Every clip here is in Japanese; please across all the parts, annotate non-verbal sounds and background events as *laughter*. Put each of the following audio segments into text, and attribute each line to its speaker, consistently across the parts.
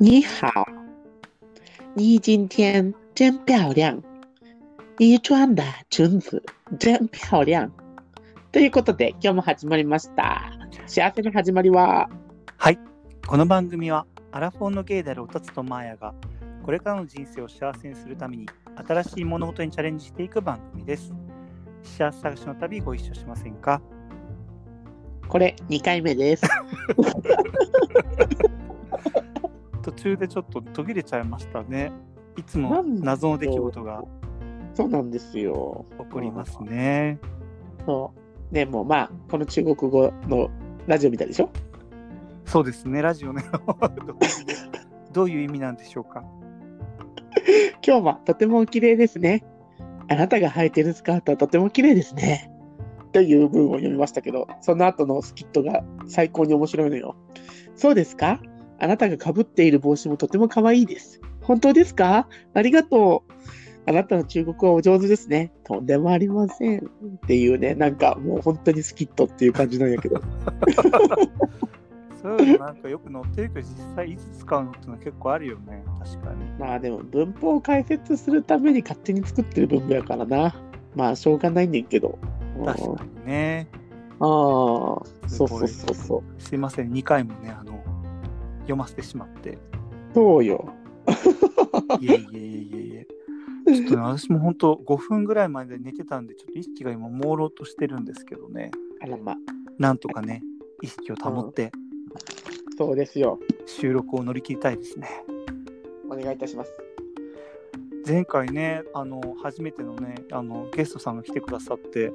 Speaker 1: 你好，你今天真漂亮。你穿的裙子真漂亮。ということで、今日も始まりました。幸せの始まりは、
Speaker 2: はい。この番組は、アラフォーのゲイであるおたつとマーヤが、これからの人生を幸せにするために、新しい物事にチャレンジしていく番組です。幸せ探しの旅、ご一緒しませんか
Speaker 1: これ2回目です。
Speaker 2: 途中でちょっと途切れちゃいましたね。いつも
Speaker 1: なんだ
Speaker 2: 謎の出来事が
Speaker 1: そうなんですよ。
Speaker 2: 起こりますね。
Speaker 1: そう。でもまあ、この中国語のラジオ見たでしょ
Speaker 2: そうですね、ラジオね。
Speaker 1: *laughs*
Speaker 2: どういう意味なんでしょうか
Speaker 1: 今日はとてもお綺麗ですね。あなたが履いてるスカートはとても綺麗ですね。という文を読みましたけど、その後のスキットが最高に面白いのよ。そうですかあなたがかぶっている帽子もとても可愛いです。本当ですかありがとう。あなたの中国はお上手ですね。とんでもありません。っていうね、なんかもう本当にスキットっていう感じなんやけど。 *laughs*
Speaker 2: そういうのなんかよく載ってるけど、実際いつ使うのってのは結構あるよね。確かに。
Speaker 1: まあでも文法を解説するために勝手に作ってる文法やからな。まあしょうがないねんけど。
Speaker 2: 確かにね。
Speaker 1: ああ、
Speaker 2: す
Speaker 1: そう
Speaker 2: ご
Speaker 1: そ
Speaker 2: い
Speaker 1: うそうそう。
Speaker 2: すいません、2回もね、あの、読ませてしまって。
Speaker 1: そうよ。
Speaker 2: いえいえいえいえいえ。ちょっとね、私も本当5分ぐらいまで寝てたんで、ちょっと意識が今、朦朧としてるんですけどね。
Speaker 1: あらま、
Speaker 2: なんとかね、意識を保って
Speaker 1: そうですよ。
Speaker 2: 収録を乗り切りたいですね。
Speaker 1: お願いいたします。
Speaker 2: 前回ね、あの、初めてのね、あの、ゲストさんが来てくださって、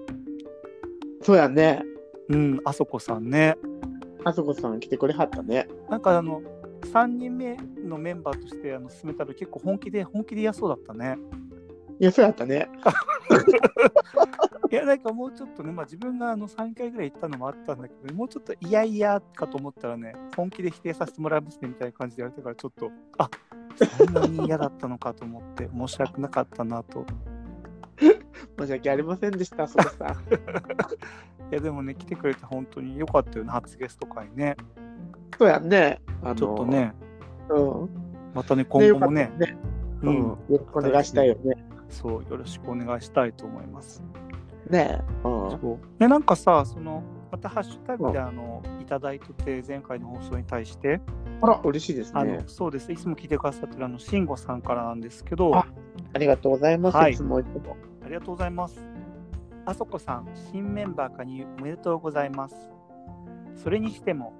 Speaker 1: そうやね。
Speaker 2: うん、あそこさんね。
Speaker 1: あそこさん来てくれはったね。
Speaker 2: なんかあの、3人目のメンバーとしてあの進めたら結構本気で、本気で嫌そうだったね。
Speaker 1: いや、そうやったね。
Speaker 2: いやなんかもうちょっとね、まあ、自分があの3回ぐらい行ったのもあったんだけど、もうちょっといやいやかと思ったらね、本気で否定させてもらいますねみたいな感じで言われたから、ちょっと、あそんなに嫌だったのかと思って、申し訳なかったなと。
Speaker 1: 申し訳ありませんでした、あそこさ *laughs* ん。
Speaker 2: いや、でもね、来てくれて本当に良かったよね、初ゲスト会ね。
Speaker 1: そうやね。あの
Speaker 2: ちょっと。ね、
Speaker 1: うん。
Speaker 2: またね、今後も
Speaker 1: ねよか
Speaker 2: ね
Speaker 1: っ、たねう。
Speaker 2: うんん
Speaker 1: よ、ろしくお願いしたいよね。
Speaker 2: そう、よろしくお願いしたいと思います。
Speaker 1: ねうん。
Speaker 2: そうで、なんかさ、その、またハッシュタグであの、いただいてて、前回の放送に対して、
Speaker 1: あら、嬉しいです
Speaker 2: あの
Speaker 1: ね。
Speaker 2: そうですいつも聞いてくださってるあの慎吾さんからなんですけど
Speaker 1: あ
Speaker 2: あ
Speaker 1: ありがとうございます。
Speaker 2: はい
Speaker 1: いつもいつも。
Speaker 2: りがとうございますあそこさん新メンバー加入おめでとうございますそれにしても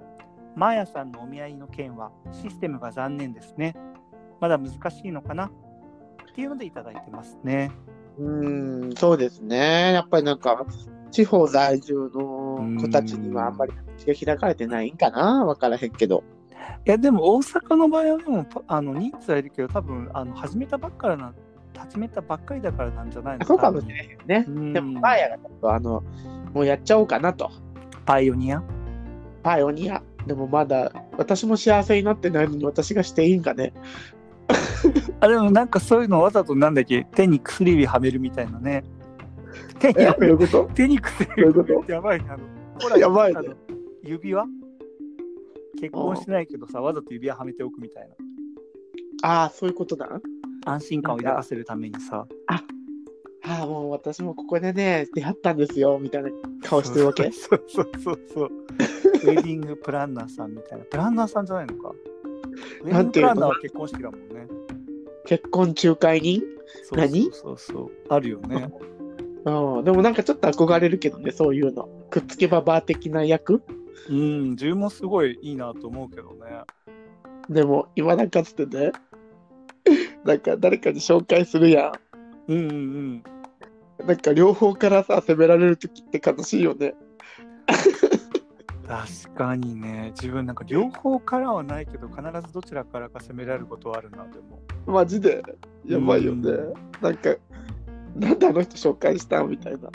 Speaker 2: マーヤさんのお見合いの件はシステムが残念ですねまだ難しいのかなっていうのでいただいてますね
Speaker 1: うーん、そうですね。やっぱりなんか、地方在住の子たちにはあんまり道が開かれてないんかなわからへんけど。
Speaker 2: いやでも大阪の場合はでもパあの人数はいるけど多分あの始めたばっからな始めたばっかりだからなんじゃないの
Speaker 1: そうかもしれへんよね
Speaker 2: 多。分
Speaker 1: で
Speaker 2: う
Speaker 1: も、
Speaker 2: ん
Speaker 1: マーヤがちょっとあの、もうやっちゃおうかなと。
Speaker 2: パイオニア
Speaker 1: パイオニア。でもまだ、私も幸せになってないのに私がしていいんかね。
Speaker 2: あでもなんかそういうのわざとなんだっけ手に薬指はめるみたいなね。手に
Speaker 1: どういうこと
Speaker 2: 手に薬
Speaker 1: どういう
Speaker 2: 指
Speaker 1: こと
Speaker 2: やばいなあの。ほ
Speaker 1: やばいね
Speaker 2: あの指輪結婚してないけどさわざと指輪はめておくみたいな
Speaker 1: ああ、そういうことだ。
Speaker 2: 安心感を抱かせるためにさ
Speaker 1: ああ、もう私もここでね、出会ったんですよ、みたいな顔してるわけ。
Speaker 2: そうそうそうそうそうウェディングプランナーさんみたいなプランナーさんじゃないのかウェディ
Speaker 1: な
Speaker 2: ン
Speaker 1: ん
Speaker 2: グ
Speaker 1: て
Speaker 2: プ
Speaker 1: いうの
Speaker 2: ランナーは結婚式だもんね
Speaker 1: 結婚仲介人
Speaker 2: そう
Speaker 1: 何
Speaker 2: そうそうそうあるよね
Speaker 1: うん。でもなんかちょっと憧れるけどね、そういうの。くっつけババア的な役
Speaker 2: うん自分もすごいいいなと思うけどね
Speaker 1: でも、今なんかつってね、なんか誰かに紹介するや
Speaker 2: うんうんうん
Speaker 1: ん。なんか両方からさ、責められるときって悲しいよね。
Speaker 2: 確かにね自分なんか両方からはないけど必ずどちらからか責められることはあるなでも
Speaker 1: マジでやばいよね
Speaker 2: う。
Speaker 1: なんか、なんであの人紹介したんみたいな。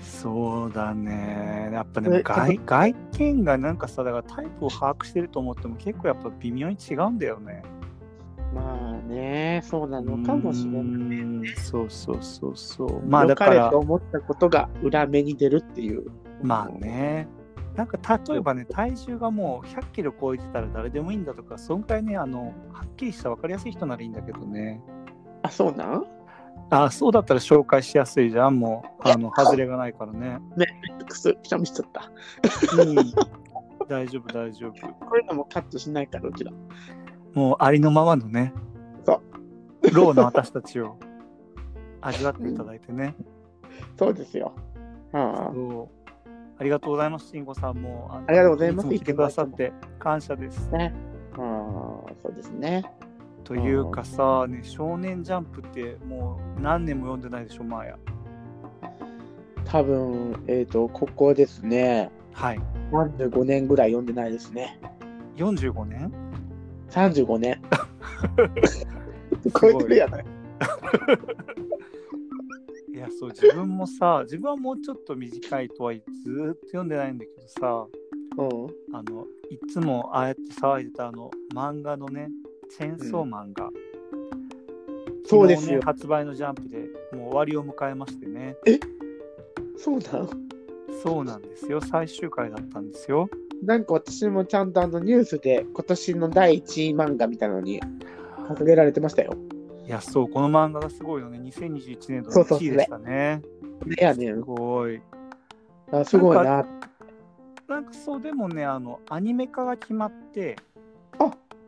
Speaker 2: そうだねやっぱ
Speaker 1: え
Speaker 2: ね外外見がなんかさだからタイプを把握してると思っても結構やっぱ微妙に違うんだよね
Speaker 1: まあね、そうなのかもしれな
Speaker 2: う
Speaker 1: い。
Speaker 2: んそうそうそうそうまあ
Speaker 1: 良
Speaker 2: だ
Speaker 1: か
Speaker 2: か
Speaker 1: れ
Speaker 2: ら
Speaker 1: と思ったことが裏目に出るっていう。
Speaker 2: まあねなんか例えばね、体重がもう100キロ超えてたら誰でもいいんだとか、そんくらいね、あのはっきりした分かりやすい人ならいいんだけどね。
Speaker 1: あ、そうなん
Speaker 2: あそうだったら紹介しやすいじゃん、もう、あの外れがないからね。
Speaker 1: くそ、くしゃみしちゃった。
Speaker 2: うん、大丈夫、大丈夫。
Speaker 1: こういうのもカットしないから、うちら。
Speaker 2: もうありのままのね、
Speaker 1: そ
Speaker 2: ローの私たちを味わっていただいてね。
Speaker 1: そうですよ。ああ
Speaker 2: そうありがとうございます、慎吾さんも。あの
Speaker 1: ありがとうございます
Speaker 2: つも来てくださって感謝です。
Speaker 1: ああ、そうですね。
Speaker 2: というかさ、ね、少年ジャンプってもう何年も読んでないでしょ、マーヤ。
Speaker 1: 多分、えっ、と、ここですね。
Speaker 2: はい。
Speaker 1: 35年ぐらい読んでないですね。
Speaker 2: 45年
Speaker 1: 35年。 *laughs* 超えてるやない。
Speaker 2: いや、そう、自分もさ、自分はもうちょっと短いとはいえ、ずーっと読んでないんだけどさ、
Speaker 1: うん。
Speaker 2: あの、いつもああやって騒いでたあの、漫画のね、チェーンソーマンが、
Speaker 1: そうで
Speaker 2: 昨
Speaker 1: す
Speaker 2: 日ね
Speaker 1: よ。
Speaker 2: 発売のジャンプでもう終わりを迎えましてね、
Speaker 1: そうなん
Speaker 2: そうなんですよ、最終回だったんですよ。
Speaker 1: なんか私もちゃんとあのニュースで今年の第1位漫画みたいなのに掲げられてましたよ。
Speaker 2: いや、そう、この漫画がすごいよね。2021年度
Speaker 1: そ
Speaker 2: の
Speaker 1: うそう
Speaker 2: 1位でしたね。
Speaker 1: ねやね
Speaker 2: す
Speaker 1: ん。
Speaker 2: ごい。
Speaker 1: あすごいな。
Speaker 2: なんかそう、でもね、あの、アニメ化が決まって、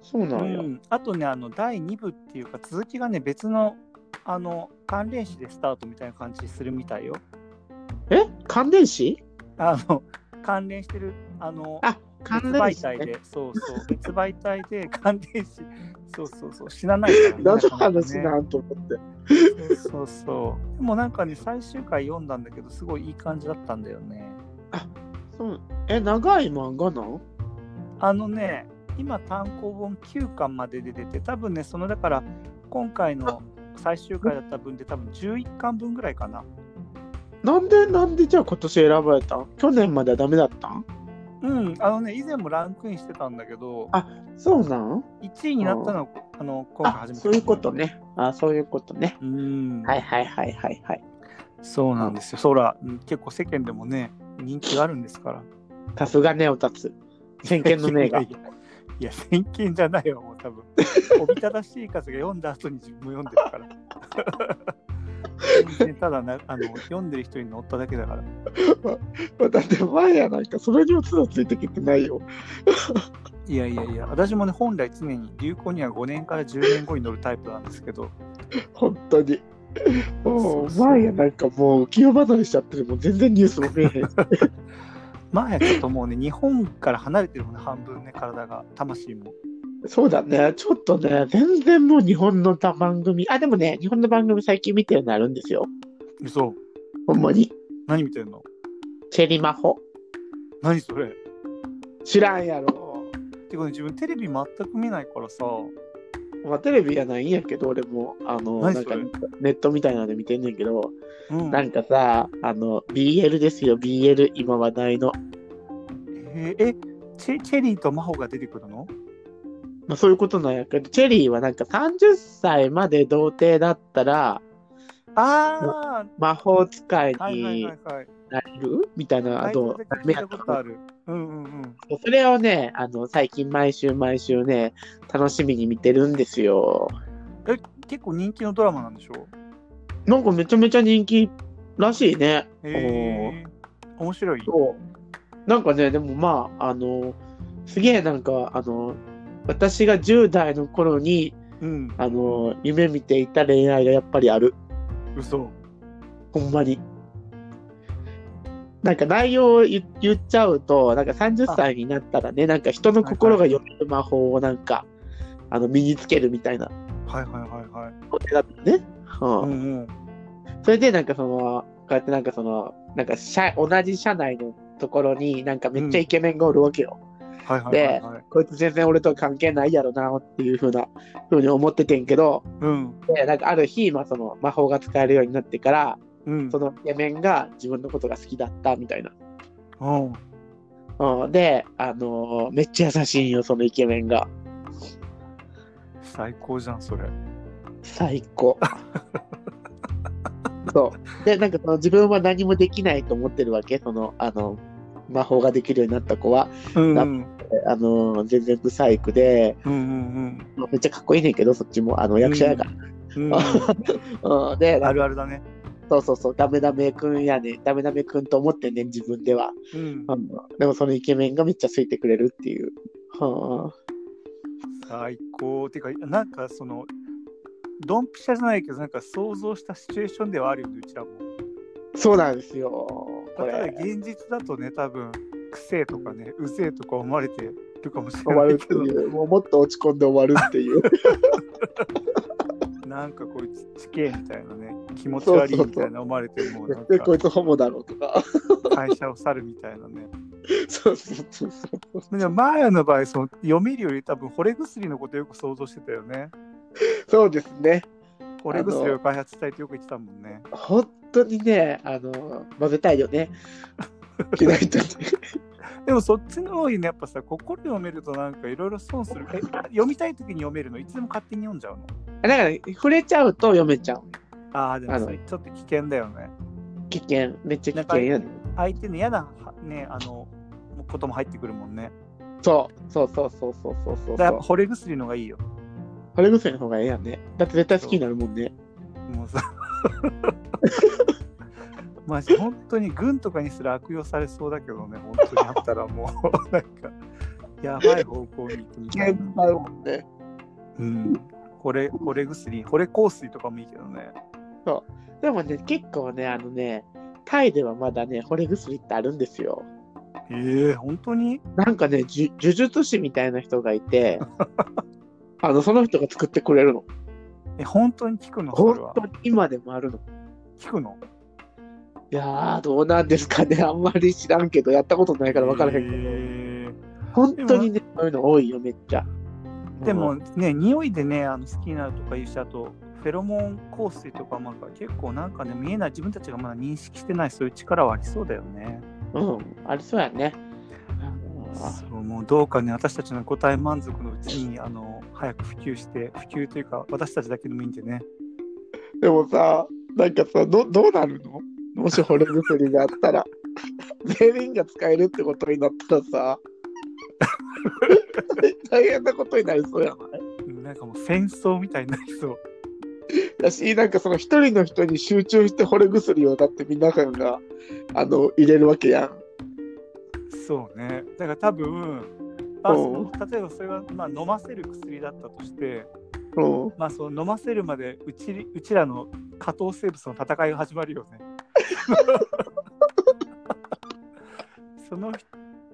Speaker 1: そう
Speaker 2: う
Speaker 1: なんや。
Speaker 2: ん、あとね、あの、第2部っていうか、続きがね、別の、あの、関連誌でスタートみたいな感じするみたいよ。
Speaker 1: え関連誌
Speaker 2: あの、関連してる、あの、
Speaker 1: あ関連誌、
Speaker 2: 別媒体
Speaker 1: ね。
Speaker 2: で、そうそう、別媒体で関連誌、そうそうそう、死なないからね
Speaker 1: 何の
Speaker 2: なかなか
Speaker 1: 話
Speaker 2: ね
Speaker 1: なんと思って。
Speaker 2: そうそう。でもなんかね、最終回読んだんだけど、すごいいい感じだったんだよね。
Speaker 1: そうえ、長い漫画なん
Speaker 2: あのね、今単行本9巻までで出て、多分ね、そのだから、今回の最終回だった分で多分11巻分ぐらいかな。
Speaker 1: なんでなんでじゃあ今年選ばれたん去年まではダメだったん
Speaker 2: うん、あのね、以前もランクインしてたんだけど、
Speaker 1: そうなん
Speaker 2: 1位になったのは、あの今回
Speaker 1: あ
Speaker 2: 初めて。
Speaker 1: そういうこと。ね。あそういうことね。
Speaker 2: うん、
Speaker 1: はいはいはいはいはい。
Speaker 2: そうなんですよ。そら、うん結構世間でもね、人気があるんですから。
Speaker 1: さすがネオタツ。先見の明が
Speaker 2: *laughs* い。やいやいや、先見じゃないよ、もう多 *laughs* 分。おびただしい数が読んだ後に自分も読んでるから。全然ただなあの、読んでる人に乗っただけだから。
Speaker 1: だって前やなんかそれにもつだついてきてないよ。
Speaker 2: いやいやいや、私もね、本来常に流行には5年から10年後に乗るタイプなんですけど、
Speaker 1: 本当
Speaker 2: *laughs*
Speaker 1: に。も
Speaker 2: そううそう
Speaker 1: 前やなんかもう浮世離れしちゃってるもん全然ニュースも見えへん。
Speaker 2: *laughs* まあやちょっともうね、日本から離れてるもんね、半分ね、体が、魂も。
Speaker 1: そうだね。ちょっとね、全然もう日本のた番組。あ、でもね、日本の番組最近見てるのあるんですよ。
Speaker 2: 嘘
Speaker 1: ほんまに。
Speaker 2: 何見てんの
Speaker 1: チェリマホ。
Speaker 2: 何それっ
Speaker 1: 知らんやろ。
Speaker 2: てかね、自分テレビ全く見ないからさ、
Speaker 1: まあテレビやないんやけど、俺も、あの、な
Speaker 2: 何
Speaker 1: ん
Speaker 2: それ
Speaker 1: かネットみたいなので見てんねんけど、
Speaker 2: うん、
Speaker 1: なんかさ、あの、BL ですよ、BL、今話題の。
Speaker 2: えーえチェ、チェリーとマホが出てくるの
Speaker 1: まあ、そういうことなんやけど、チェリーはなんか30歳まで童貞だったら、
Speaker 2: あ
Speaker 1: 魔法使い
Speaker 2: あ、はいはい
Speaker 1: に
Speaker 2: はいはい。
Speaker 1: なれるみたいな、あと、
Speaker 2: あ聞いたことある。うんうんうん。
Speaker 1: それをね、あの、最近毎週毎週ね、楽しみに見てるんですよ。
Speaker 2: え、結構人気のドラマなんでしょ
Speaker 1: なんかめちゃめちゃ人気らしいね。おー
Speaker 2: えー、面白い。
Speaker 1: そうなんかね、でもまあ、あの、すげえなんか、あの、私が10代の頃に、
Speaker 2: うん、
Speaker 1: あの、夢見ていた恋愛がやっぱりある。
Speaker 2: 嘘。
Speaker 1: ほんまに。なんか内容を言言っちゃうと、なんか30歳になったらね、なんか人の心が読める魔法をなんか、あの、身につけるみたいな
Speaker 2: はいはいはいはい。
Speaker 1: お手だったね。うん
Speaker 2: うんうん。
Speaker 1: それでなんかその、こうやってなんかその、なんか社同じ社内のところになんかめっちゃイケメンがおるわけよ。
Speaker 2: はいはいはいはい。
Speaker 1: こいつ全然俺とは関係ないやろなっていうふうな、ふうに思っててんけど、
Speaker 2: うん。
Speaker 1: で、なんかある日、まあその魔法が使えるようになってから、
Speaker 2: うん。
Speaker 1: そのイケメンが自分のことが好きだったみたいな。
Speaker 2: うん。
Speaker 1: うん、で、あのーめっちゃ優しいんよ、そのイケメンが。
Speaker 2: 最高じゃん、それ。
Speaker 1: 最高。そう。で、なんかその自分は何もできないと思ってるわけ、その、あの、魔法ができるようになった子は、
Speaker 2: うんう
Speaker 1: なんあのー全然ブサイクで、
Speaker 2: うんうん
Speaker 1: まあめっちゃかっこいいねんけど、そっちも、あの、役者やから。
Speaker 2: うんうん
Speaker 1: うん、で、
Speaker 2: あるあるだね。
Speaker 1: そうそうそう、ダメダメくんやねん、ダメダメくんと思ってんねん、自分では。
Speaker 2: うん
Speaker 1: うんでもそのイケメンがめっちゃついてくれるっていう。は
Speaker 2: 最高てかなんかそのドンピシャじゃないけどなんか想像したシチュエーションではあるよねうちらも
Speaker 1: あ、そうなんですよ。こ
Speaker 2: ただ
Speaker 1: れ、
Speaker 2: 現実だとね多分くせえとかねうぜえとか思われてるかもしれ
Speaker 1: 終
Speaker 2: な
Speaker 1: わ
Speaker 2: い
Speaker 1: るっ
Speaker 2: け
Speaker 1: て *laughs*
Speaker 2: ど
Speaker 1: いう、もうもっと落ち込んで終わるって *laughs* いう。
Speaker 2: なんかこいつちけえみたいなね気持ち悪いみたいな思われてもうなん
Speaker 1: で、こい
Speaker 2: か
Speaker 1: つホモだろうとか。
Speaker 2: 会社を去るみたいなね
Speaker 1: *laughs* そうそうそうそう。
Speaker 2: でもマーヤの場合その読めるより多分惚れ薬のことよく想像してたよね
Speaker 1: そうですね。
Speaker 2: 惚れ薬を開発したいってよく言ってたもんね
Speaker 1: 本当にね、あの、混ぜたいよ *laughs* ね。着ないとね。
Speaker 2: でもそっちの方にねやっぱさ心読めるとなんかいろいろ損するえ読みたい時に読めるのいつでも勝手に読んじゃうの
Speaker 1: だから、触れちゃうと読めちゃう。
Speaker 2: ああで
Speaker 1: あ
Speaker 2: も
Speaker 1: の
Speaker 2: それちょっと危険だよね
Speaker 1: 危険、めっちゃ危険よね。
Speaker 2: 相手の嫌なはねあのことも入ってくるもんね
Speaker 1: そうそうそうそうそうそうそう
Speaker 2: だから
Speaker 1: そ
Speaker 2: やっ
Speaker 1: う
Speaker 2: ぱ。惚れ薬の方がいいよ
Speaker 1: 惚れ癖の方がええやんね。だって絶対好きになるもんね。
Speaker 2: もうさ *laughs* マジ本当に軍とかにすら悪用されそうだけどね本当にあったらもう *laughs* なんかやばい方向に行くみたいな、
Speaker 1: だもんね。
Speaker 2: うん、惚れ惚れ薬惚れ香水とかもいいけどね
Speaker 1: でもね、結構ね、あのね、タイではまだね、惚れ薬ってあるんですよ。
Speaker 2: ええ本当に
Speaker 1: なんかね、じゅ呪術師みたいな人がいて、 *laughs* あの、その人が作ってくれるの。
Speaker 2: え本当に聞くのそ
Speaker 1: 本
Speaker 2: れは
Speaker 1: 当に今でもあるの。
Speaker 2: 聞くの
Speaker 1: いやー、どうなんですかね。あんまり知らんけど、やったことないから分からへんけど、
Speaker 2: へえ
Speaker 1: 本当にね、そういうの多いよ、めっちゃ。
Speaker 2: でも
Speaker 1: うん、
Speaker 2: ね匂いでねあの好きになるとかいうしあとフェロモン香水とかもあるから結構なんかね見えない自分たちがまだ認識してないそういう力はありそうだよね
Speaker 1: うん、ありそうやね。
Speaker 2: そうもうどうかね私たちの五体満足のうちにあの早く普及して普及というか私たちだけでもいいんでね
Speaker 1: でもさ、なんかさ、どどうなるのもし惚れ薬があったら、全員が使えるってことになったらさ、 *laughs* 大変なことになりそうやない
Speaker 2: なんかもう戦争みたいになりそう
Speaker 1: だし、なんかその一人の人に集中して惚れ薬をだって皆さんがあの入れるわけやん。
Speaker 2: そうねだから多分まあそ
Speaker 1: おう
Speaker 2: の例えばそれは、まあ、飲ませる薬だったとして、
Speaker 1: うん、
Speaker 2: まあ、その飲ませるまでうちりうちらの下等生物の戦いが始まるよ
Speaker 1: *laughs*
Speaker 2: ね。その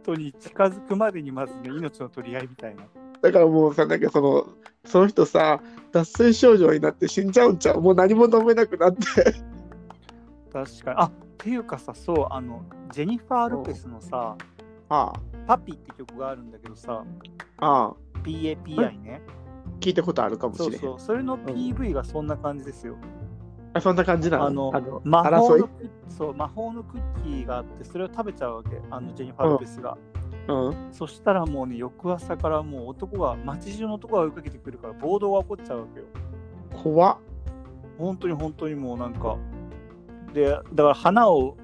Speaker 2: 人に近づくまでにまずね命の取り合いみたいな。
Speaker 1: だからもうさ、なんかその、その人さ、脱水症状になって死んじゃうんちゃうもう何も飲めなくなって。
Speaker 2: 確かにあっていうかさそうあのジェニファー・ロペスのさ
Speaker 1: あ
Speaker 2: 「パピ」って曲があるんだけどさ
Speaker 1: あ、ああ、
Speaker 2: PAPI ね。
Speaker 1: 聞いたことあるかもしれ
Speaker 2: そ
Speaker 1: ん
Speaker 2: うそうそれの PV がそんな感じですよ。
Speaker 1: あそんな感じなの
Speaker 2: あの
Speaker 1: あの
Speaker 2: 魔法
Speaker 1: 争い
Speaker 2: のクッそう魔法のクッキーがあってそれを食べちゃうわけあのジェニファー・ロペスが。
Speaker 1: うん。
Speaker 2: そしたらもうね、翌朝からもう男が、街中の男が追いかけてくるから暴動が起こっちゃうわけよ。
Speaker 1: 怖っ。
Speaker 2: 本当に本当にもうなんか。で、だから花を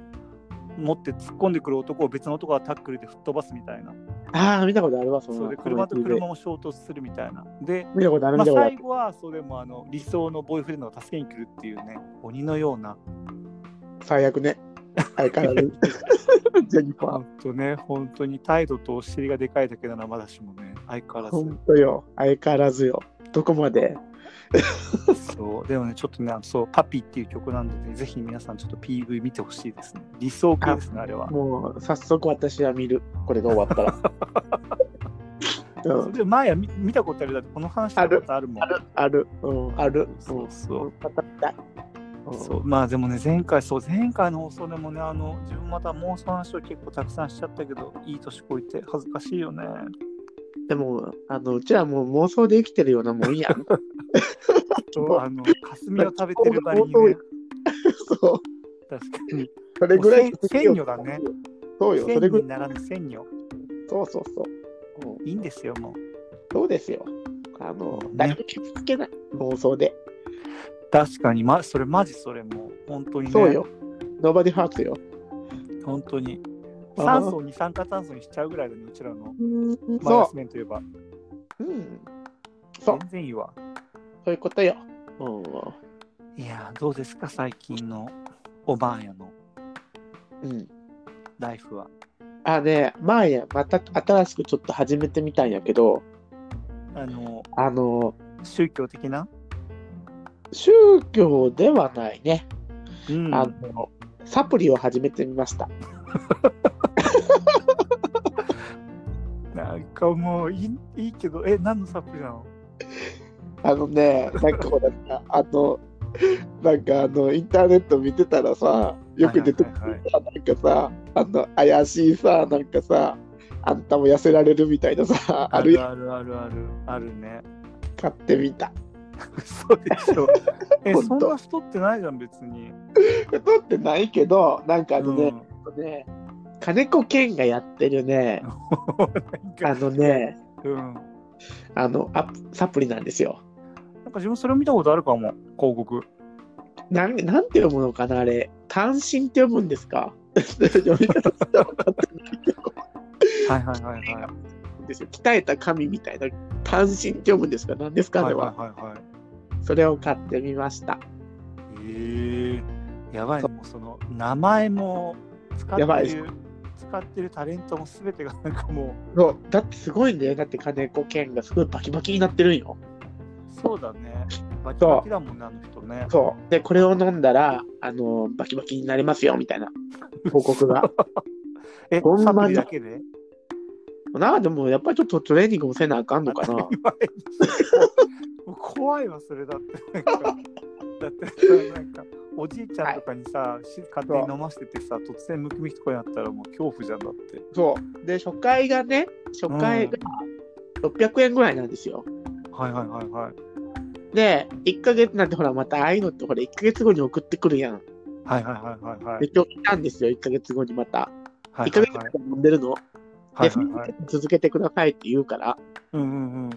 Speaker 2: 持って突っ込んでくる男を別の男がタックルで吹っ飛ばすみたいな。
Speaker 1: ああ、見たことあるわ、そ
Speaker 2: そ
Speaker 1: の
Speaker 2: うで、車と車も衝突するみたいな。で、
Speaker 1: 見たことある、
Speaker 2: ま
Speaker 1: 見た
Speaker 2: あ、
Speaker 1: ことあ
Speaker 2: 最
Speaker 1: る。
Speaker 2: 後はそれもあの理想のボーイフレンドが助けに来るっていうね、鬼のような。
Speaker 1: 最悪ね。相変わ *laughs* らず。ジェニファー。
Speaker 2: 本当ね、本当に態度とお尻がでかいだけならまだしもね、相変わらず
Speaker 1: ほ。んとよ。相変わらずよ。どこまで。
Speaker 2: そうでもねちょっとねあのそう「パピ」っていう曲なんで、ね、ぜひ皆さんちょっと PV 見てほしいですね理想系ですねあれは、
Speaker 1: もう、早速私は見る。これが終わ
Speaker 2: *laughs*
Speaker 1: ったら。う
Speaker 2: それ
Speaker 1: ん。
Speaker 2: で前は見見たことあるだってこの話したことあるもん
Speaker 1: ある、ある。うん、ある。
Speaker 2: そうそう
Speaker 1: うん。語りたい。うん
Speaker 2: そうまあでもね前回そう前回の放送でもねあの自分また妄想の話を結構たくさんしちゃったけどいい年こいて恥ずかしいよね
Speaker 1: でも、あの、うちらもう妄想で生きてるようなもん
Speaker 2: *laughs*
Speaker 1: やん。
Speaker 2: そうあの霞を食べてる場にね
Speaker 1: *laughs* そう。
Speaker 2: 確かに
Speaker 1: それぐらい
Speaker 2: もうせん鮮魚だね。
Speaker 1: そうよ。それ
Speaker 2: 千
Speaker 1: ぐら
Speaker 2: 人
Speaker 1: い。
Speaker 2: ならぬ千人
Speaker 1: そうそうそう。うん
Speaker 2: いいんですよもう
Speaker 1: そうですよ。あの、
Speaker 2: ね
Speaker 1: 誰も傷つけない。妄想で。
Speaker 2: 確かに、ま、それマジそれもう本当にね
Speaker 1: そうよ。ノーバディハーツよ。
Speaker 2: 本当に
Speaker 1: あー
Speaker 2: 酸素を二酸化炭素にしちゃうぐらいだね、うちらのマイナ
Speaker 1: そ
Speaker 2: ス面といえば。
Speaker 1: う。うん。そう
Speaker 2: 全、然いいわ。
Speaker 1: そういうことよ。う
Speaker 2: いやー、どうですか、最近のおばあやの
Speaker 1: ん。うん。
Speaker 2: ライフは。
Speaker 1: あ、ね、まあや、また新しくちょっと始めてみたんやけど、
Speaker 2: あの、
Speaker 1: あの、
Speaker 2: 宗教的な
Speaker 1: 宗教ではないね。
Speaker 2: うん。
Speaker 1: あの、サプリを始めてみました。
Speaker 2: なんかもういいいいけど、え、何のサプリなの
Speaker 1: あのね、なんかほ *laughs* ら、あの、なんかあの、インターネット見てたらさ、よく出てくるさ、
Speaker 2: はいはい
Speaker 1: なんかさ、あの、怪しいさ、なんかさ、あんたも痩せられるみたいなさ、あるやん
Speaker 2: あるあるあるあるね。 *laughs*
Speaker 1: 買ってみた。
Speaker 2: 嘘で
Speaker 1: *laughs*
Speaker 2: しょ。え、そ
Speaker 1: 本
Speaker 2: ん
Speaker 1: 当
Speaker 2: な太ってないじゃん、別に。
Speaker 1: 太ってないけど、なんかあの
Speaker 2: う
Speaker 1: ね、
Speaker 2: ん
Speaker 1: あのね金子健がやってるね、あのね、
Speaker 2: うん。 *laughs*
Speaker 1: あの、アプサプリなんですよ。
Speaker 2: なんか自分それ見たことあるかも、広告。
Speaker 1: なんなんて読むのかなあれ単身って読むんですか読み方伝わかってないけど
Speaker 2: はいはいはいはい。
Speaker 1: ですよ鍛えた神みたいな単身って読むんですか何ですかあ
Speaker 2: は
Speaker 1: れ
Speaker 2: いは
Speaker 1: は、
Speaker 2: いはいはい。
Speaker 1: それを買ってみました
Speaker 2: ええやばいね、もうその名前も使
Speaker 1: やば
Speaker 2: っ
Speaker 1: い
Speaker 2: てる使ってるタレントも全てがなんかも
Speaker 1: そうだってすごいんだよだって金子健がすごいバキバキになってるんよ
Speaker 2: うそうだねバキバキだもんねあの人ね
Speaker 1: そうでこれを飲んだらあのバキバキになりますよみたいな報告が
Speaker 2: *laughs* え
Speaker 1: ほんま
Speaker 2: サ
Speaker 1: に
Speaker 2: プリだけで
Speaker 1: なあでもやっぱりちょっとトレーニングもせなあかんのかな
Speaker 2: もう怖いわそれだってなんかだってさなんかおじいちゃんとかにさ、し勝手に飲ませててさ突然ムキムキとかになったらもう恐怖じゃんだって
Speaker 1: *laughs* そうで初回がね初回が600円ぐらいなんですよ、
Speaker 2: はいはいはいはい
Speaker 1: で、1ヶ月なんてほら、またああいうのってほら、1ヶ月後に送ってくるやん。
Speaker 2: はいはいはいはいはい
Speaker 1: で、今日来たんですよ、1ヶ月後にまた。
Speaker 2: はい
Speaker 1: 1ヶ
Speaker 2: はい
Speaker 1: 月間飲んでるの。
Speaker 2: はいはい
Speaker 1: で、その
Speaker 2: はいはい
Speaker 1: 時続けてくださいって言うから。
Speaker 2: うんうんうん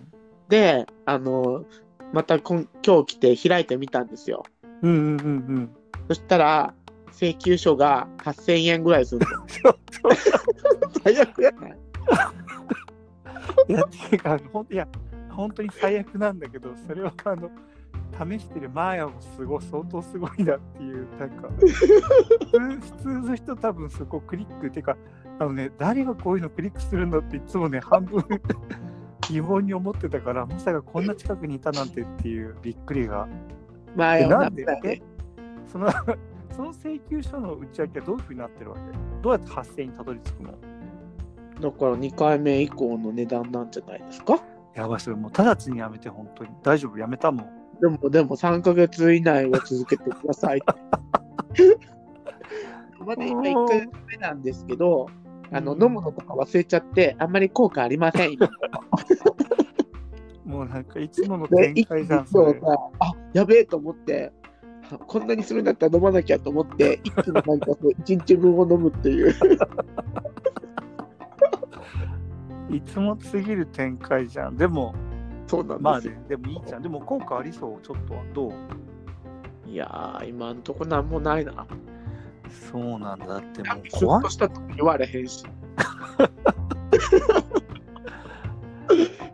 Speaker 1: で、あの、また今今日来て開いてみたんですよ。
Speaker 2: うんうんうんうん
Speaker 1: そしたら、請求書が8000円ぐらい
Speaker 2: *laughs*
Speaker 1: するの。
Speaker 2: ちょっ
Speaker 1: *laughs*
Speaker 2: と
Speaker 1: 最悪やない
Speaker 2: いや、ていうか、ほんいや、本当に最悪なんだけど、それはあの、試してるマーヤもすごい、相当すごいなっていう、なんか、普通普通の人多分そこクリック、てか、あのね、誰がこういうのクリックするんだっていつもね、半分疑問に思ってたから、まさかこんな近くにいたなんてっていうびっくりが。
Speaker 1: まあ、
Speaker 2: え、
Speaker 1: や
Speaker 2: な
Speaker 1: なんん
Speaker 2: で
Speaker 1: だね
Speaker 2: え。その、 *laughs* その請求書の打ち明けはどういうふうになってるわけどうやって発生にたどり着くの
Speaker 1: だから2回目以降の値段なんじゃないですか
Speaker 2: やばい、それもう直ちにやめて、本当に。大丈夫、やめたもん。
Speaker 1: でも、でも3ヶ月以内は続けてくだ *laughs* さいって。まだ今1ヶ月目なんですけど、あの
Speaker 2: うん
Speaker 1: 飲むのとか忘れちゃって、あんまり効果ありま *laughs* せん。今
Speaker 2: もうなんかいつもの
Speaker 1: で、
Speaker 2: 展
Speaker 1: 一気
Speaker 2: 開
Speaker 1: に
Speaker 2: じゃん、
Speaker 1: そ
Speaker 2: そうれ。
Speaker 1: さ、あやべえと思って、あこんなにするんだったら飲まなきゃと思って、一気になんかそう1 *laughs* 日分を飲むっていう。
Speaker 2: いつもすぎる展開じゃん。でも、
Speaker 1: *laughs* そうなんですよ。
Speaker 2: まあね、でもいいじゃん。でも効果ありそう、ちょっとは。どう
Speaker 1: いやー、今んとこなんもないな。
Speaker 2: そうなんだって、もう
Speaker 1: シュッ
Speaker 2: 怖い
Speaker 1: と。したとも言われへんし。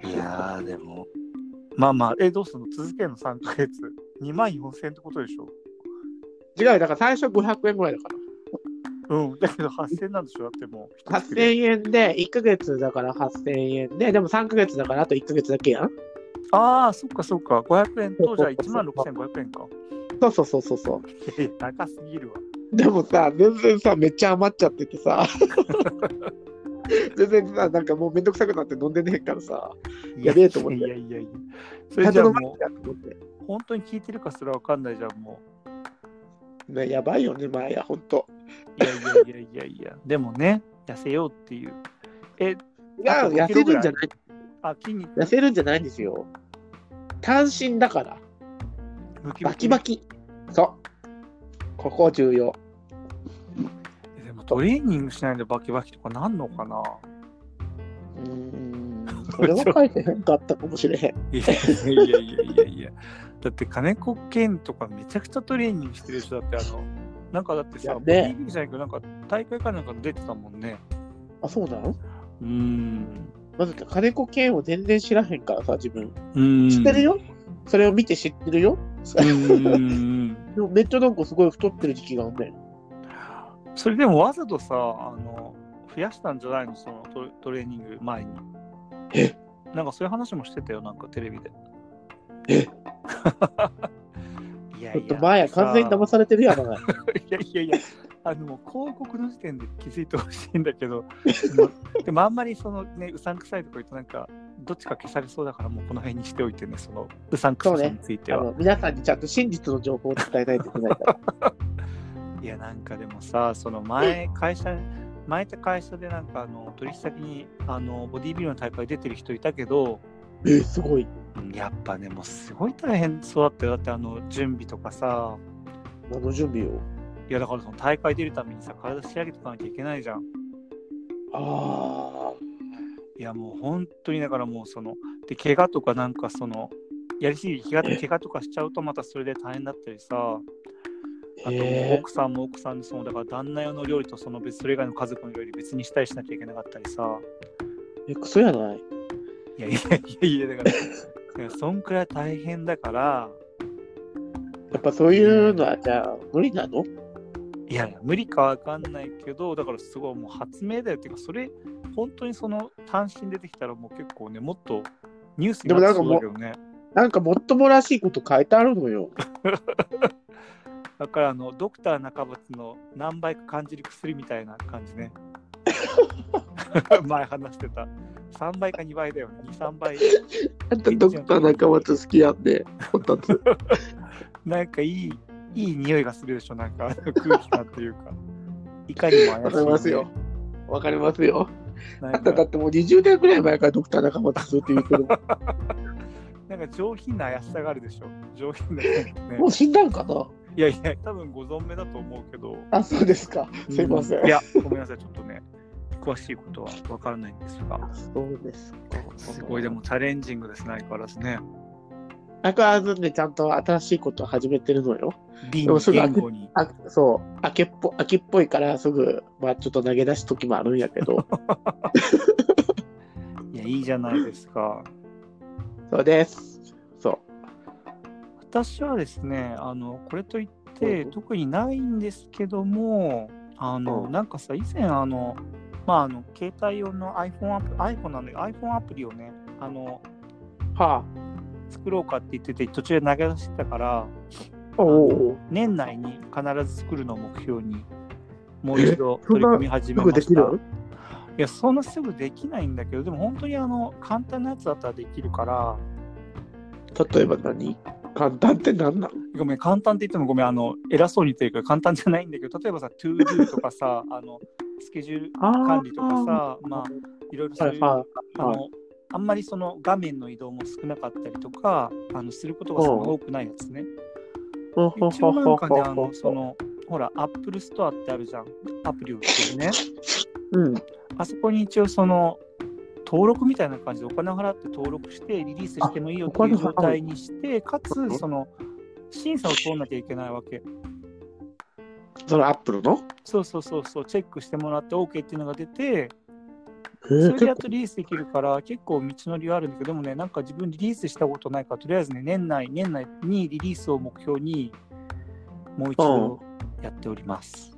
Speaker 2: いやー、でも。まあまあ、え、どうすんの続けるの ?3 ヶ月。2万4000ってことでしょ
Speaker 1: 違うよ、だから最初500円ぐらいだから。
Speaker 2: うん。だけど8000なんでしょだってもう。
Speaker 1: 8000円で、1ヶ月だから8000円で、でも3ヶ月だからあと1ヶ月だけやん。
Speaker 2: ああ、そっかそっか。500円とじゃあ1万6500円か。 *laughs*
Speaker 1: そうそうそうそうそ
Speaker 2: え、高すぎるわ。
Speaker 1: う。でもさ、全然さ、めっちゃ余っちゃってて
Speaker 2: *laughs*
Speaker 1: さ。全然さ、なんかもうめんどくさくなって飲んでねえからさ。やべえと思って
Speaker 2: いやいやいや。それじゃ
Speaker 1: ちゃ
Speaker 2: あも
Speaker 1: んと飲まなきゃと思っ
Speaker 2: う、本当に聞いてるかすらわかんないじゃん、も
Speaker 1: て
Speaker 2: う。
Speaker 1: ね、やばいよね、前や、ほんと。
Speaker 2: いやいやいやいやいや、でもね、痩せようっていう。え、
Speaker 1: いや、
Speaker 2: あと5
Speaker 1: 痩
Speaker 2: キ
Speaker 1: せ
Speaker 2: ロぐ
Speaker 1: るん
Speaker 2: らい
Speaker 1: じゃない、
Speaker 2: あ、筋肉
Speaker 1: 痩せるんじゃないんですよ。単身だから、
Speaker 2: ムキムキ
Speaker 1: バキバキ。そう。ここ重要。
Speaker 2: えでもトレーニングしないでバキバキとかなんの
Speaker 1: *laughs*
Speaker 2: かな
Speaker 1: うーん、
Speaker 2: *laughs*
Speaker 1: これは書いてへんかったかもしれへん。
Speaker 2: いやいやいやいやいやいや。だって金子健とかめちゃくちゃトレーニングしてる人だってあの、なんかだってさ、
Speaker 1: いやね
Speaker 2: ボディービルじゃないけど、なんか大会かなんか出てたもんね。
Speaker 1: あ、そうなの
Speaker 2: うーん。
Speaker 1: まずか金子健を全然知らへんからさ、自分。
Speaker 2: うーん
Speaker 1: 知ってるよ、それを見て知ってるよ
Speaker 2: うーん。
Speaker 1: でもめっちゃなんかすごい太ってる時期があんだよ。
Speaker 2: それでもわざとさ、あの、増やしたんじゃないのそのトレトレーニング前に。
Speaker 1: え
Speaker 2: なんかそういう話もしてたよ、なんかテレビで。
Speaker 1: え
Speaker 2: *laughs* いや
Speaker 1: ちょっ
Speaker 2: い
Speaker 1: と
Speaker 2: や。
Speaker 1: 前や完全に騙されてるやん。お前
Speaker 2: *laughs* いやいやいや、あのもう広告の時点で気づいてほしいんだけど、でもでもあんまりそのね、うさんくさいとか言うと、なんか、どっちか消されそうだから、もうこの辺にしておいてね、そのうさんくささについて
Speaker 1: あ
Speaker 2: は。
Speaker 1: の皆さんにちゃんと真実の情報を伝えないといけないから。
Speaker 2: いや、なんかでもさ、その前、会社、前って会社でなんかあの取引先にあのボディービルの大会出てる人いたけど、
Speaker 1: *laughs* えー、すごい。
Speaker 2: うんやっぱね、もうすごい大変そうだったよ。だってあの準備とかさ、
Speaker 1: 何の準備を。
Speaker 2: いやだからその大会出るためにさ、体仕上げていかなきゃいけないじゃん。
Speaker 1: あ
Speaker 2: いやもう本当にだからもうそので怪我とかなんかそのやりすぎて怪 *laughs* 我怪我とかしちゃうとまたそれで大変だったりさあ
Speaker 1: あ。
Speaker 2: ともう
Speaker 1: え
Speaker 2: 奥さんも奥さんでそのだから旦那用の料理とその別それ以外の家族の料理別にしたりしなきゃいけなかったりさ
Speaker 1: ー、え、クソやない。
Speaker 2: いやいやいやいやだからいやそんくらい大変だから
Speaker 1: やっぱそういうのはじゃあ無理なの
Speaker 2: いやいや無理かわかんないけどだからすごいもう発明だよっていうかそれ本当にその単身出てきたらもう結構ねもっとニュースになってそうだけどね
Speaker 1: なんかもっともらしいこと書いてあるのよ。 *laughs*
Speaker 2: だからあのドクター中松の何倍か感じる薬みたいな感じね。 *laughs* 前話してた。3倍か2倍だよね。2、3倍。
Speaker 1: あんたドクター中松好きやんで、こたつ。 *laughs*
Speaker 2: なんかいい、いい匂いがするでしょ。なんかあの空気感というか。いかにも
Speaker 1: わ
Speaker 2: 怪しい、
Speaker 1: かりますよ。。わかりますよ。
Speaker 2: な
Speaker 1: あ
Speaker 2: ん
Speaker 1: んた
Speaker 2: か
Speaker 1: だってもう20年ぐらい前からドクター中松するって言
Speaker 2: *laughs*
Speaker 1: ってるもん。
Speaker 2: なんか上品な怪しさがあるでしょ。上品
Speaker 1: *laughs*
Speaker 2: な、ね。
Speaker 1: もう死んだんかない
Speaker 2: やいや、多分ご存命だと思うけど。
Speaker 1: あ、そうですか。すいません。
Speaker 2: ういや、ごめんなさい。ちょっとね、詳しいことはわからないんですが。
Speaker 1: そうですか。
Speaker 2: すごい、でも。チャレンジングですね、相変わらずね。
Speaker 1: なんかあのね、ちゃんと新しいことを始めてるのよ。
Speaker 2: ビン
Speaker 1: でもすぐ
Speaker 2: 言語に。
Speaker 1: あそう、秋っぽ秋っぽいから、すぐ、まあ、ちょっと投げ出す時もあるんやけ
Speaker 2: *laughs*
Speaker 1: ど、
Speaker 2: いや、いいじゃないですか。
Speaker 1: そうです。そ
Speaker 2: 私はですね、あの、これといって、
Speaker 1: うん
Speaker 2: 特にないんですけども、あの、
Speaker 1: うん
Speaker 2: なんかさ、以前、あの、まあ、あの、携帯用の iPhone アプリ、iPhone なんで、iPhone アプリをね、あの、
Speaker 1: う。は
Speaker 2: 作ろうかって言ってて、途中で投げ出してたから、
Speaker 1: あ。おお。
Speaker 2: 年内に必ず作るのを目標に、もう一度
Speaker 1: そん
Speaker 2: 取
Speaker 1: な
Speaker 2: り組み始
Speaker 1: す
Speaker 2: め
Speaker 1: ぐ
Speaker 2: ま
Speaker 1: で
Speaker 2: し
Speaker 1: き
Speaker 2: た。
Speaker 1: る
Speaker 2: いや、そんなすぐできないんだけど、でも本当にあの、簡単なやつだったらできるから、
Speaker 1: 例えば何簡単って何なの
Speaker 2: ごめん、簡単って言ってもごめん、あの、偉そうにというか簡単じゃないんだけど、例えばさ、to do と
Speaker 1: *laughs*
Speaker 2: かさ、あの、スケジュール
Speaker 1: あー
Speaker 2: 管理とかさ、まあ、いろいろそう
Speaker 1: はい
Speaker 2: いう、
Speaker 1: は
Speaker 2: あの、あんまりその画面の移動も少なかったりとか、あの、することがそんな多くないやつね。
Speaker 1: い。
Speaker 2: 一応なんかね、あの、その、ほら、Apple Store ってあるじゃん。アプリを売ってるね。
Speaker 1: うん。
Speaker 2: あそこに一応その、登録みたいな感じでお金を払って登録してリリースしてもいいよっていう状態にして、かつその審査を通んなきゃいけないわけ。
Speaker 1: そのアップルの
Speaker 2: そうそうそうそう、チェックしてもらって OK っていうのが出て、
Speaker 1: え
Speaker 2: そ
Speaker 1: ー
Speaker 2: れでやっとリリースできるから、結構道のりはあるんだけど、でもね、なんか自分リリースしたことないから、とりあえずね、年内、年内にリリースを目標に、もう一度やっております。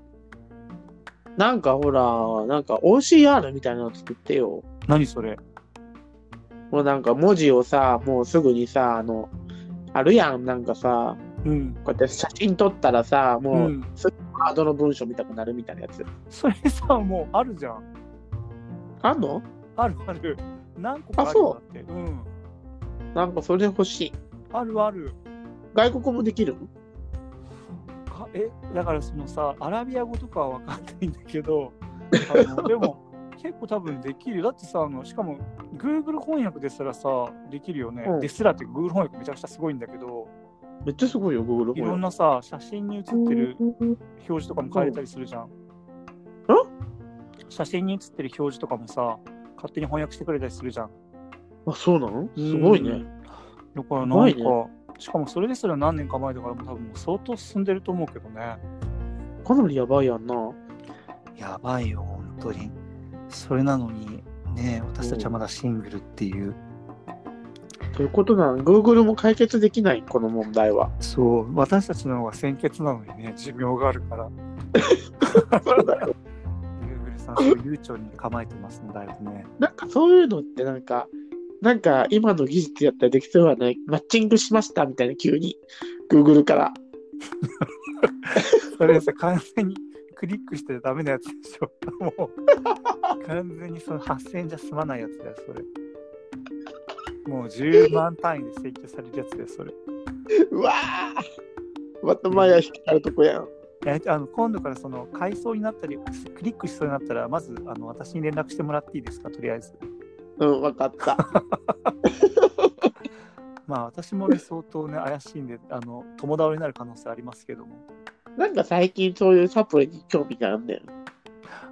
Speaker 1: なんかほら、なんか OCR みたいなの作ってよ。
Speaker 2: 何それ
Speaker 1: もうなんか文字をさ、もうすぐにさ、あの、あるやん、なんかさ、
Speaker 2: うん。
Speaker 1: こうやって写真撮ったらさ、
Speaker 2: う。
Speaker 1: もうんワードの文章見たくなるみたいなやつ。
Speaker 2: それさ、もうあるじゃん。
Speaker 1: あんの
Speaker 2: あるある。何個かある
Speaker 1: あそう
Speaker 2: よだって。うん。
Speaker 1: なんかそれ欲しい。
Speaker 2: あるある。
Speaker 1: 外国語もできる
Speaker 2: かえだからそのさアラビア語とかは分かんないんだけどあ
Speaker 1: *laughs*
Speaker 2: のでも結構多分できるよだってさあのしかも Google 翻訳ですらさできるよね、
Speaker 1: うん
Speaker 2: ですらっていうか Google 翻訳めちゃくちゃすごいんだけど
Speaker 1: めっちゃすごいよ、Google
Speaker 2: いろんなさ写真に写ってる表示とかも変えれたりするじゃん、写真に写ってる表示とかもさ勝手に翻訳してくれたりするじゃん
Speaker 1: あ、そうなのすごいうね。
Speaker 2: んだから
Speaker 1: すご
Speaker 2: なん
Speaker 1: い
Speaker 2: か、しかもそれですら何年か前だからもう多分もう相当進んでると思うけどね
Speaker 1: かなりやばいやんな。
Speaker 2: やばいよ、本当に。それなのに、ね、私たちはまだシングルっていう。
Speaker 1: ということなの、Google も解決できない、この問題は。
Speaker 2: そう、私たちの方が先決なのにね、寿命があるから。Google さん、すごい悠長に構えてますね、だいぶね。
Speaker 1: なんかそういうのってなんか、なんか今の技術やったらできそうはない、マッチングしましたみたいな急に、Google から。
Speaker 2: それさ、完全にクリックしてダメなやつでしょ。もう、完全にその8000円じゃ済まないやつだよ、それ。もう10万単位で請求されるやつだよ、それ。
Speaker 1: うわーまた前は引っかかるとこやん。
Speaker 2: えあの今度からその買いそうになったり、クリックしそうになったら、まずあの私に連絡してもらっていいですか、とりあえず。
Speaker 1: うん、わかった。
Speaker 2: *laughs* まあ
Speaker 1: *laughs*
Speaker 2: 私もね、相当ね、怪しいんで、あの友倒れになる可能性ありますけども。
Speaker 1: なんか最近そういうサプリに興味があるんだよ。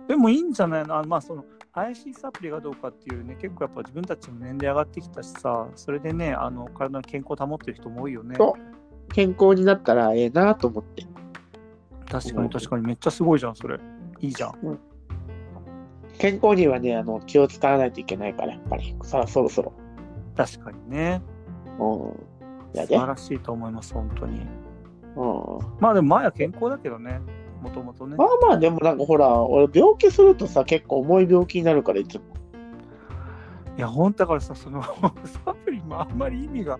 Speaker 2: でもいいんじゃないのあのまあその怪しいサプリがどうかっていうね、結構やっぱ自分たちも年齢上がってきたしさ、それでね、あの体の健康を保ってる人も多いよね。
Speaker 1: そう健康になったらええなと思って。
Speaker 2: 確かに確かに、めっちゃすごいじゃん、それ。いいじゃん。
Speaker 1: 健康にはね、あの気を使わないといけないから、やっぱり。さあ、そろそろ。
Speaker 2: 確かにね。
Speaker 1: うん。
Speaker 2: 素
Speaker 1: やで。
Speaker 2: 晴らしいと思います、本当に。
Speaker 1: うん。
Speaker 2: まあでも前は健康だけどね、もともとね
Speaker 1: ま。あまあ、でもなんかほら、俺病気するとさ、結構重い病気になるから、いつも。
Speaker 2: いや、本当だからさ、そのサプリもあんまり意味が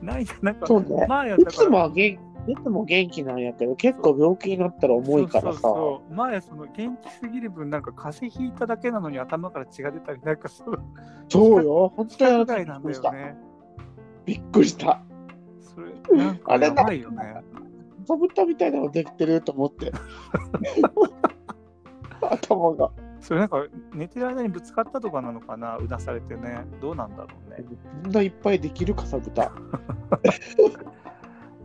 Speaker 2: ないじゃん。なんか、
Speaker 1: そうね。
Speaker 2: 前
Speaker 1: い
Speaker 2: はだから
Speaker 1: つもは元いつも元気なんやけど、結構病気になったら重いからさ。
Speaker 2: そうそうそう前その元気すぎる分なんか風邪ひいただけなのに頭から血が出たりなんかそう
Speaker 1: そうよ。本当にあ
Speaker 2: み
Speaker 1: な
Speaker 2: た
Speaker 1: たび
Speaker 2: い
Speaker 1: っ
Speaker 2: なん
Speaker 1: く
Speaker 2: だ
Speaker 1: りした
Speaker 2: よ。ね
Speaker 1: びっくりした。
Speaker 2: それなんかやばいよね
Speaker 1: サブタみたいなのできてると思
Speaker 2: *laughs*
Speaker 1: って。頭が。
Speaker 2: それなんか寝てる間にぶつかったとかなのかなうなされてねどうなんだろうね
Speaker 1: こんないっぱいできるか、サブタ。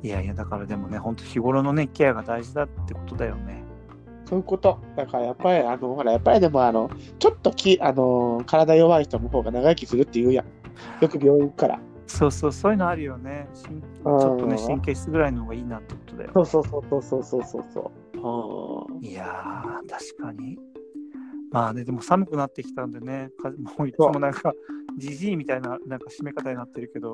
Speaker 2: いやいやだからでもねほんと日頃のねケアが大事だってことだよね
Speaker 1: そういうこと。だからやっぱり、あの、ほら、やっぱりでも、あの、ちょっとき、あの、体弱い人の方が長生きするって言うやん。よく病院から。
Speaker 2: そうそうそういうのあるよねしんち
Speaker 1: うん
Speaker 2: ょっとね神経質ぐらいの方がいいなってことだよ
Speaker 1: そうそうそうそうそうそうそう。うん。
Speaker 2: いやー、確かに。まあね、でも寒くなってきたんでね、か *laughs* もういつ
Speaker 1: そう
Speaker 2: もなんか、じじいみたいななんか締め方になってるけど、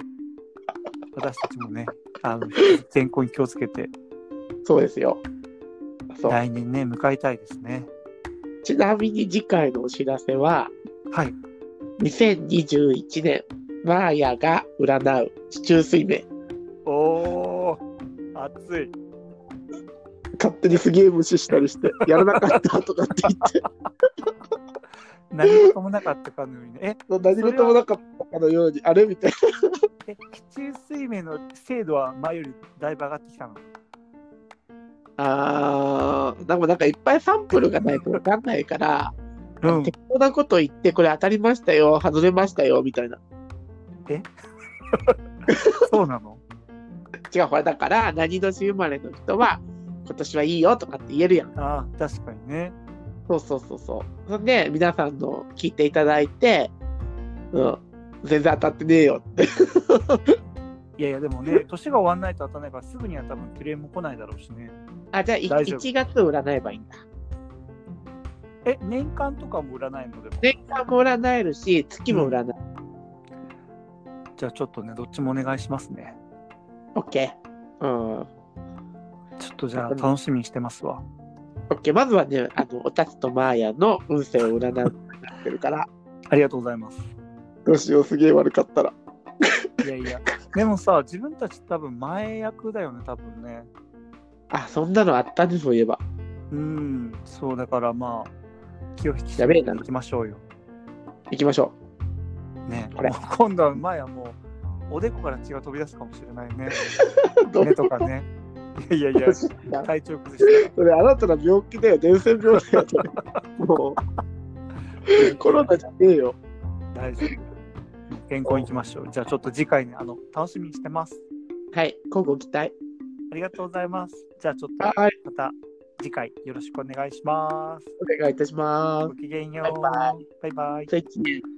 Speaker 2: 私たちもね、あの健康に気をつけて、
Speaker 1: そうですよ。そう。
Speaker 2: 来年ね、迎えたいですね。
Speaker 1: ちなみに次回のお知らせは、
Speaker 2: はい。
Speaker 1: 2021年、マーヤが占う地中水面。
Speaker 2: おー、暑い。
Speaker 1: 勝手にすげえ無視したりして、やらなかったとかって言 *laughs* って、
Speaker 2: 何事もなかったかのようにね。
Speaker 1: 何事もなかったかのように、あれみたい
Speaker 2: え、え地中水面の精度は前よりだいぶ上がってきたの
Speaker 1: な。あー、でもなんかいっぱいサンプルがないと分かんないから、
Speaker 2: うん
Speaker 1: 適当なこと言って、これ当たりましたよ、外れましたよ、みたいな。
Speaker 2: そうなの
Speaker 1: 違う、ほら、だから、何年生まれの人は、今年はいいよとかって言えるやん。
Speaker 2: ああ、確かにね。
Speaker 1: そうそうそうそう。そんで、皆さんの聞いていただいて、うん、全然当たってねえよって。
Speaker 2: いやいや、でもね、年が終わんないと当たらないから、すぐには多分クレーム来ないだろうしね。
Speaker 1: あ、じゃあ、い
Speaker 2: 大丈夫
Speaker 1: 1月占えばいいんだ。
Speaker 2: え、年間とかも占いのでも。
Speaker 1: 年間も占えるし、月も占える。
Speaker 2: じゃあちょっとね、どっちもお願いしますね。
Speaker 1: オッケー。うん。オ
Speaker 2: ちょっとじゃあ楽しみにしてますわ。
Speaker 1: ッケー。まずはね、あの、おたつとマーヤの運勢を占うことになってるから。
Speaker 2: ありがとうございます。
Speaker 1: どうしよう、すげえ悪かったら。
Speaker 2: いやいや、でもさ、自分たち多分前役だよね、多分ね。
Speaker 1: あ、そんなのあったね、そういえば。
Speaker 2: うん、そうだからまあ、気を引き
Speaker 1: や
Speaker 2: 締
Speaker 1: べえ
Speaker 2: めて
Speaker 1: ない
Speaker 2: きましょうよ。
Speaker 1: 行きましょ
Speaker 2: ね、
Speaker 1: これ
Speaker 2: もう今度は前はもう、おでこから血が飛び出すかもしれないね。
Speaker 1: う。 *laughs* どう
Speaker 2: 目とかね。いやいやいや、
Speaker 1: や
Speaker 2: 体調崩して
Speaker 1: それあなたの病気だよ、伝染病
Speaker 2: *laughs*
Speaker 1: だよ、それもう、コロナじゃねえよ。
Speaker 2: 大丈夫。健康に行きましょう。じゃあちょっと次回ね、あの、楽しみにしてます。
Speaker 1: はい、今後期待。
Speaker 2: ありがとうございます。じゃあちょっとま
Speaker 1: はい、
Speaker 2: た次回よろしくお願いします。
Speaker 1: お願いいたしま
Speaker 2: ご
Speaker 1: す。
Speaker 2: きげんよう。
Speaker 1: バイバ
Speaker 2: バイバイ
Speaker 1: 再见。